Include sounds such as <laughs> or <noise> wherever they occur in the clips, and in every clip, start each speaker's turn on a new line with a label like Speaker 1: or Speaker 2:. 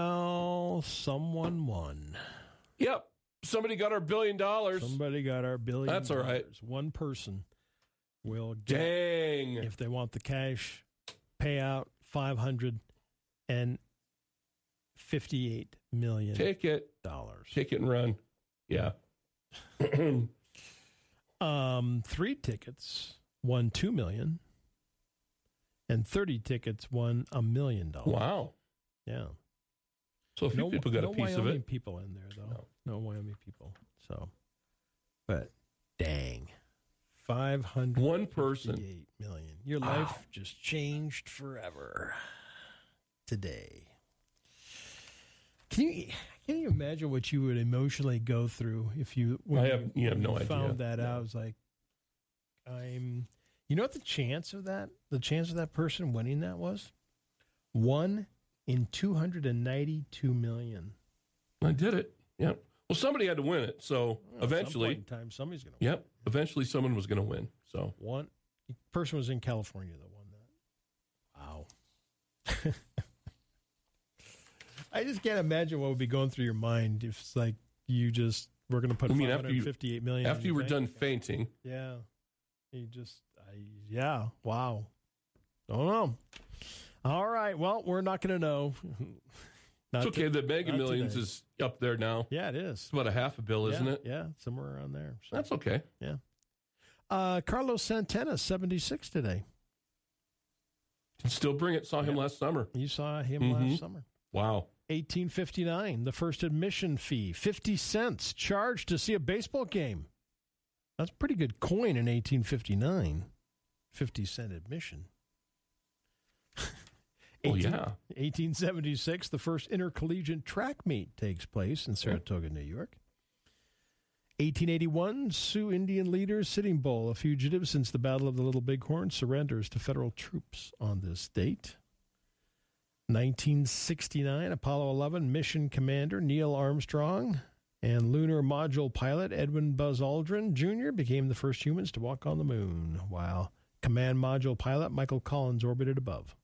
Speaker 1: Well, someone won.
Speaker 2: Yep. Somebody got our billion dollars.
Speaker 1: Somebody got our billion.
Speaker 2: That's all right.
Speaker 1: dollars. One person will get
Speaker 2: Dang.
Speaker 1: if they want the cash payout five hundred and fifty-eight million
Speaker 2: Take it.
Speaker 1: dollars.
Speaker 2: Take it and run. Yeah. <clears throat> That's
Speaker 1: Um, three tickets won two million, and thirty tickets won a million dollars.
Speaker 2: wow.
Speaker 1: Yeah,
Speaker 2: So a few Oh, people got
Speaker 1: no
Speaker 2: a piece
Speaker 1: Wyoming
Speaker 2: of it.
Speaker 1: People in there though,
Speaker 2: No.
Speaker 1: no, Wyoming people. So, but dang, five hundred
Speaker 2: One person.
Speaker 1: eight million. Your
Speaker 2: Ah.
Speaker 1: life just changed forever today. Can you can you imagine what you would emotionally go through if you when
Speaker 2: I
Speaker 1: you-
Speaker 2: have- you have
Speaker 1: when
Speaker 2: no
Speaker 1: you
Speaker 2: idea.
Speaker 1: found that
Speaker 2: No.
Speaker 1: out? I was like, I'm. You know what the chance of that? The chance of that person winning that was one in two hundred and ninety-two million.
Speaker 2: I did it. Yep. Well, somebody had to win it. So
Speaker 1: Well, Hmm, at some point
Speaker 2: Oh, eventually,
Speaker 1: in time, somebody's going to.
Speaker 2: yep. Eventually, someone was going to win. So
Speaker 1: One person was in California that won that. Wow. <laughs> I just can't imagine what would be going through your mind if it's like you just we're going to put
Speaker 2: I
Speaker 1: five
Speaker 2: mean, after
Speaker 1: hundred
Speaker 2: you-
Speaker 1: fifty-eight million.
Speaker 2: after
Speaker 1: in
Speaker 2: you
Speaker 1: your
Speaker 2: were
Speaker 1: bank
Speaker 2: done
Speaker 1: account.
Speaker 2: fainting,
Speaker 1: yeah, you just, I, yeah, wow. Don't know. All right. Well, we're not going to know. <laughs> Not
Speaker 2: it's
Speaker 1: to-
Speaker 2: okay. The Mega
Speaker 1: not
Speaker 2: Millions
Speaker 1: today.
Speaker 2: is up there now.
Speaker 1: yeah, it is.
Speaker 2: It's about a half a bill, isn't
Speaker 1: yeah,
Speaker 2: it?
Speaker 1: Yeah, somewhere around there. So.
Speaker 2: That's okay.
Speaker 1: uh, Carlos Santana, seventy-six today.
Speaker 2: Can still bring it. Saw him
Speaker 1: Yeah.
Speaker 2: last summer.
Speaker 1: You saw him
Speaker 2: Mhm.
Speaker 1: last summer.
Speaker 2: Wow.
Speaker 1: 1859, the first admission fee, 50 cents charged to see a baseball game. That's a pretty good coin in 1859. 50 cent admission. <laughs>
Speaker 2: Well, yeah.
Speaker 1: 1876, the first intercollegiate track meet takes place in Saratoga, New York. 1881, Sioux Indian leader Sitting Bull, a fugitive since the Battle of the Little Bighorn, surrenders to federal troops on this date. 1969, Apollo 11 mission commander Neil Armstrong and lunar module pilot Edwin Buzz Aldrin Jr. became the first humans to walk on the moon, while command module pilot Michael Collins orbited above.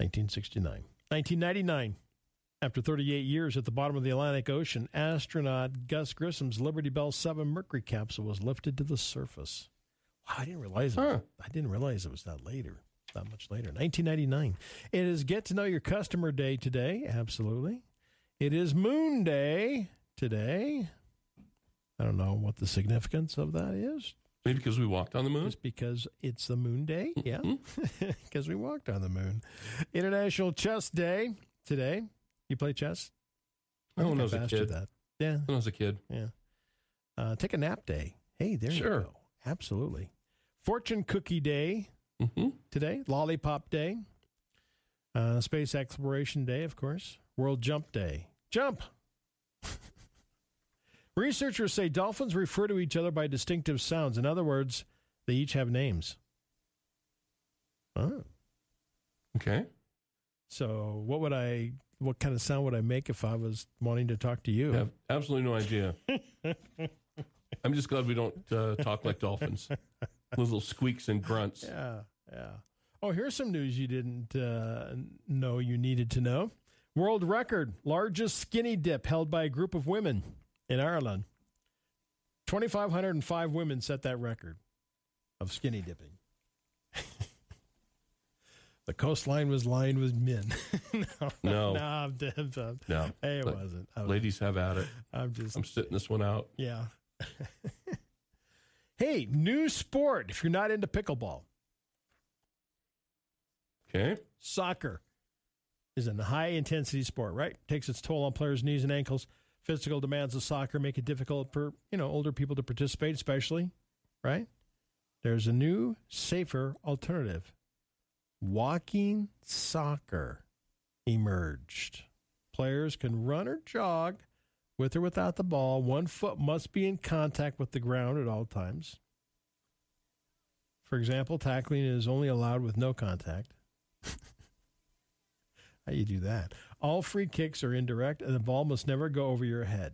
Speaker 1: 1969. 1999. After 38 years at the bottom of the Atlantic Ocean, astronaut Gus Grissom's Liberty Bell 7 Mercury capsule was lifted to the surface. Wow, I didn't realize it. was-
Speaker 2: Huh.
Speaker 1: I didn't realize it was that later. That much later. 1999. It is Get to Know Your Customer Day today. Absolutely. It is Moon Day today. I don't know what the significance of that is.
Speaker 2: Maybe because we walked on the moon.
Speaker 1: Just because it's the moon day.
Speaker 2: Hmm?
Speaker 1: Yeah. <laughs> Because we walked on the moon. International Chess Day today. You play chess?
Speaker 2: I don't
Speaker 1: think
Speaker 2: know as a
Speaker 1: I've asked you
Speaker 2: kid.
Speaker 1: that. Yeah.
Speaker 2: When I was a kid.
Speaker 1: Yeah. Uh, take a nap day. Hey, there
Speaker 2: Sure.
Speaker 1: you go. Absolutely. Fortune Cookie Day
Speaker 2: hmm
Speaker 1: today. Lollipop Day. Uh, Space Exploration Day, of course. World Jump Day. Jump! <laughs> Researchers say dolphins refer to each other by distinctive sounds. In other words, they each have names. Oh.
Speaker 2: Okay.
Speaker 1: So, what would I, what kind of sound would I make if I was wanting to talk to you?
Speaker 2: I have absolutely
Speaker 1: <laughs>
Speaker 2: no idea. I'm just glad we don't uh, talk
Speaker 1: <laughs>
Speaker 2: like dolphins. Those little squeaks and grunts.
Speaker 1: Yeah, yeah. Oh, here's some news you didn't uh, know you needed to know. World record largest skinny dip held by a group of women in Ireland. 2,505 women set that record of skinny dipping. <laughs> the coastline was lined with men. <laughs> no,
Speaker 2: No.
Speaker 1: <laughs> no, I'm, dead. I'm-
Speaker 2: No.
Speaker 1: hey, it
Speaker 2: But
Speaker 1: wasn't. I'm,
Speaker 2: Ladies have at it.
Speaker 1: I'm just
Speaker 2: I'm sitting this one out.
Speaker 1: yeah. <laughs> hey, new sport if you're not into pickleball.
Speaker 2: Okay.
Speaker 1: Soccer is a high intensity sport, right? Takes its toll on players' knees and ankles. Physical demands of soccer make it difficult for, you know, older people to participate, especially, right? There's a new, safer alternative. Walking soccer emerged. Players can run or jog with or without the ball. One foot must be in contact with the ground at all times. For example, tackling is only allowed with no contact. How you do that? All free kicks are indirect, and the ball must never go over your head.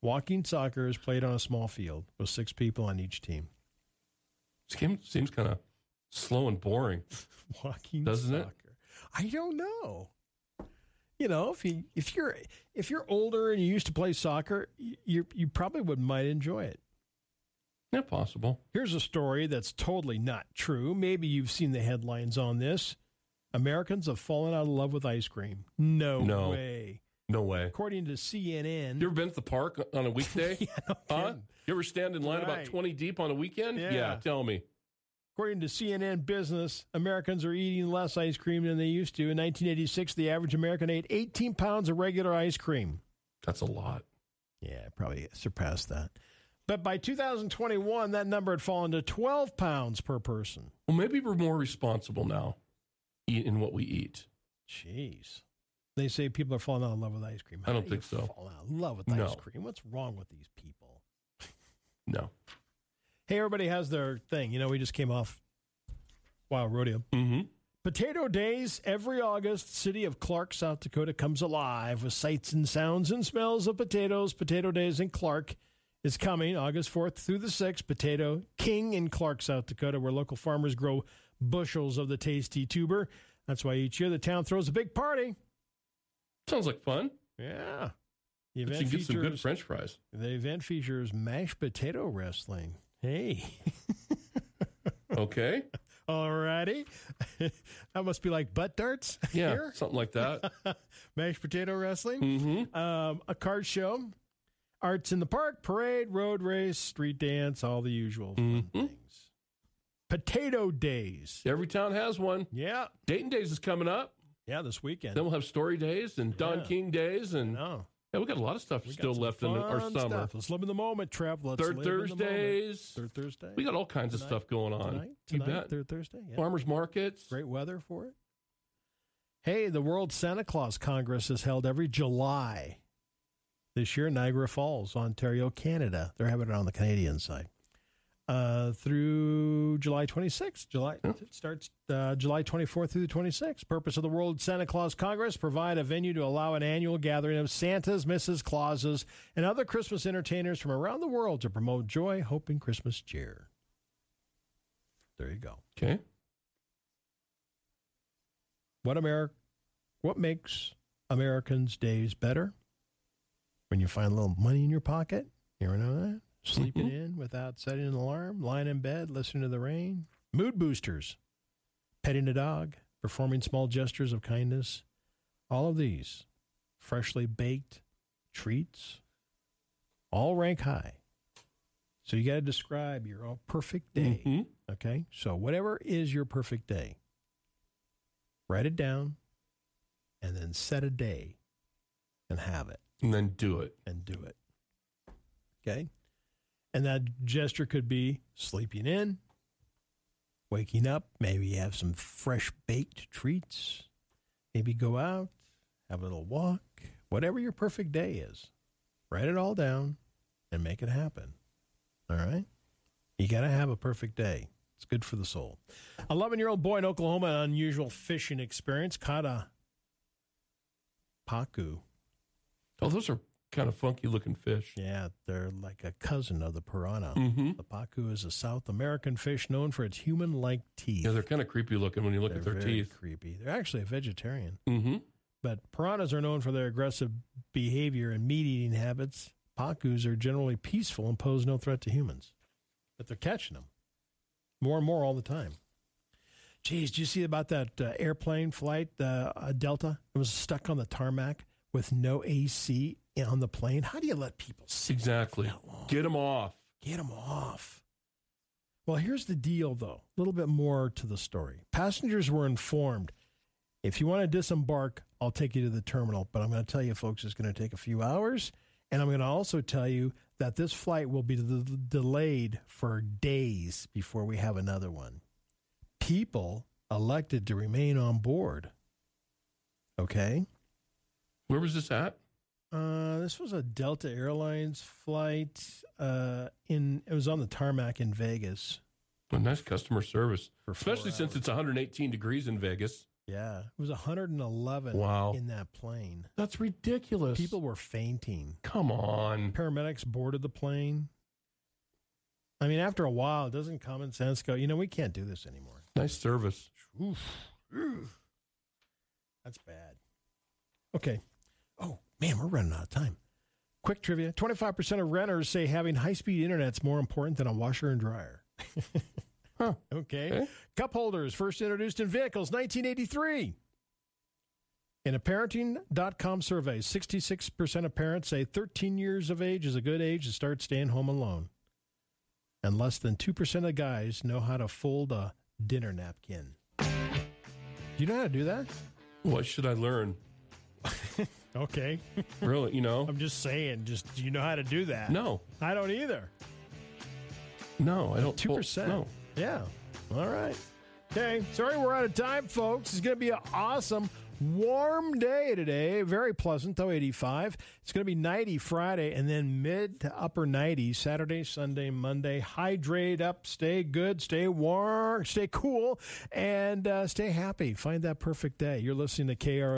Speaker 1: Walking soccer is played on a small field with six people on each team. <laughs>
Speaker 2: Seems, seems kind of slow and boring.
Speaker 1: Walking
Speaker 2: Doesn't it?
Speaker 1: soccer. I don't know. you know, if you if you're if you're older and you used to play soccer, y- you you probably would might enjoy it.
Speaker 2: Yeah, possible.
Speaker 1: Here's a story that's totally not true. Maybe you've seen the headlines on this. Americans have fallen out of love with ice cream. No,
Speaker 2: No.
Speaker 1: way.
Speaker 2: No way.
Speaker 1: According to CNN.
Speaker 2: You ever been to the park on a weekday?
Speaker 1: <laughs> Yeah, no
Speaker 2: huh?
Speaker 1: kidding.
Speaker 2: You ever stand in line about
Speaker 1: Right.
Speaker 2: 20 deep on a weekend?
Speaker 1: Yeah.
Speaker 2: tell me.
Speaker 1: According to CNN Business, Americans are eating less ice cream than they used to. In 1986, the average American ate 18 pounds of regular ice cream.
Speaker 2: That's a lot.
Speaker 1: Yeah, probably surpassed that. But by 2021, that number had fallen to 12 pounds per person.
Speaker 2: Well, maybe we're more responsible now eat- in what we eat.
Speaker 1: Jeez. They say people are falling out of love with ice cream.
Speaker 2: I don't
Speaker 1: do
Speaker 2: think
Speaker 1: you
Speaker 2: so.
Speaker 1: Fall out of love with
Speaker 2: No.
Speaker 1: ice cream. What's wrong with these people?
Speaker 2: No.
Speaker 1: Hey, everybody has their thing. You know, we just came off Wild Rodeo.
Speaker 2: Mm-hmm.
Speaker 1: Potato Days every August. City of Clark, South Dakota comes alive with sights and sounds and smells of potatoes. Potato Days in Clark is coming August 4th through the 6th. Potato King in Clark, South Dakota, where local farmers grow bushels of the tasty tuber. That's why each year the town throws a big party.
Speaker 2: Sounds like fun.
Speaker 1: Yeah. The
Speaker 2: But you
Speaker 1: event,
Speaker 2: can get some good
Speaker 1: features,
Speaker 2: french fries.
Speaker 1: the event features mashed potato wrestling. Hey. <laughs>
Speaker 2: Okay.
Speaker 1: Alrighty. <laughs> that must be like butt darts
Speaker 2: Yeah.
Speaker 1: here.
Speaker 2: Something
Speaker 1: <laughs>
Speaker 2: like that.
Speaker 1: mashed potato wrestling.
Speaker 2: Mm-hmm.
Speaker 1: um, a card show, arts in the park, parade, road race, street dance, all the usual fun
Speaker 2: Mhm.
Speaker 1: things. Potato days.
Speaker 2: Every town has one.
Speaker 1: Yeah.
Speaker 2: Dating Days is coming up.
Speaker 1: Yeah, this weekend.
Speaker 2: Then we'll have Story Days and Don
Speaker 1: Yeah.
Speaker 2: King Days. And
Speaker 1: no.
Speaker 2: yeah, we got a lot of stuff
Speaker 1: we got
Speaker 2: still
Speaker 1: some
Speaker 2: left in our
Speaker 1: fun
Speaker 2: summer.
Speaker 1: stuff. Let's live in the moment, Trev. Let's
Speaker 2: Third
Speaker 1: live in the moment.
Speaker 2: Thursdays.
Speaker 1: Third Thursday.
Speaker 2: We got all kinds of
Speaker 1: Tonight.
Speaker 2: stuff going on.
Speaker 1: tonight,
Speaker 2: you
Speaker 1: tonight,
Speaker 2: bet.
Speaker 1: third Thursday. Yeah.
Speaker 2: Farmers markets.
Speaker 1: Great weather for it. Hey, the World Santa Claus Congress is held every July this year in Niagara Falls, Ontario, Canada. They're having it on the Canadian side uh, through July 26th. July
Speaker 2: Yeah.
Speaker 1: it starts uh, July 24th through the 26th. Purpose of the World Santa Claus Congress: provide a venue to allow an annual gathering of Santas, Mrs. Clauses, and other Christmas entertainers from around the world to promote joy, hope, and Christmas cheer. There you go.
Speaker 2: Okay.
Speaker 1: What Ameri- what makes Americans' days better? When you find a little money in your pocket, you ever know that? Sleeping in without setting an alarm, lying in bed, listening to the rain, mood boosters, petting a dog, performing small gestures of kindness. All of these freshly baked treats all rank high. So you got to describe your all perfect day.
Speaker 2: hmm
Speaker 1: Okay. So, whatever is your perfect day, write it down and then set a day and have it
Speaker 2: And then do it.
Speaker 1: and do it. Okay. And that gesture could be sleeping in, waking up, maybe you have some fresh baked treats, maybe go out, have a little walk, whatever your perfect day is. Write it all down and make it happen. All right? You got to have a perfect day. It's good for the soul. 11 year old boy in Oklahoma, an unusual fishing experience, caught a paku.
Speaker 2: Oh, those are kind of funky looking fish.
Speaker 1: Yeah, they're like a cousin of the piranha.
Speaker 2: Mm-hmm.
Speaker 1: The pacu is a South American fish known for its human-like teeth.
Speaker 2: Yeah, they're kind of creepy looking when you look at
Speaker 1: They're
Speaker 2: their
Speaker 1: very
Speaker 2: teeth.
Speaker 1: Creepy. They're actually a vegetarian,
Speaker 2: Mm-hmm.
Speaker 1: but piranhas are known for their aggressive behavior and meat-eating habits. Pacus are generally peaceful and pose no threat to humans, but they're catching them more and more all the time. Geez, did you see about that uh, airplane flight, uh, uh, Delta? It was stuck on the tarmac with no AC on the plane. How do you let people sit
Speaker 2: Exactly.
Speaker 1: that long?
Speaker 2: Get them off.
Speaker 1: Get them off. Well, here's the deal, though. A little bit more to the story. Passengers were informed if you want to disembark, I'll take you to the terminal. But I'm going to tell you, folks, it's going to take a few hours. And I'm going to also tell you that this flight will be d- delayed for days before we have another one. People elected to remain on board. Okay.
Speaker 2: Where was this at?
Speaker 1: Uh, this was a Delta Airlines flight. Uh, in it was on the tarmac in Vegas.
Speaker 2: Well, nice customer service,
Speaker 1: For four
Speaker 2: especially since
Speaker 1: hours.
Speaker 2: it's 118 degrees in Vegas.
Speaker 1: Yeah, it was 111.
Speaker 2: Wow.
Speaker 1: in that plane,
Speaker 2: That's ridiculous.
Speaker 1: people were fainting.
Speaker 2: come on.
Speaker 1: Paramedics boarded the plane. I mean, after a while, doesn't common sense go? You know, we can't do this anymore.
Speaker 2: Nice service.
Speaker 1: Oof. Oof. That's bad. Okay. Oh, man, we're running out of time. Quick trivia 25% of renters say having high speed internet's more important than a washer and dryer. <laughs>
Speaker 2: Huh.
Speaker 1: Okay.
Speaker 2: Okay.
Speaker 1: Cup holders first introduced in vehicles 1983. In a parenting.com survey, 66% of parents say 13 years of age is a good age to start staying home alone. And less than 2% of guys know how to fold a dinner napkin. Do you know how to do that?
Speaker 2: What should I learn?
Speaker 1: Okay.
Speaker 2: Really, you
Speaker 1: <laughs>
Speaker 2: know?
Speaker 1: I'm just saying, just do you know how to do that?
Speaker 2: No,
Speaker 1: I don't either.
Speaker 2: no, I don't.
Speaker 1: Two percent.
Speaker 2: No.
Speaker 1: Yeah. All right. Okay. Sorry, we're out of time, folks. It's going to be an awesome, warm day today. Very pleasant, though. 85. It's going to be 90 Friday, and then mid to upper 90s Saturday, Sunday, Monday. Hydrate up. Stay good. Stay warm. Stay cool, and uh, stay happy. Find that perfect day. You're listening to KR.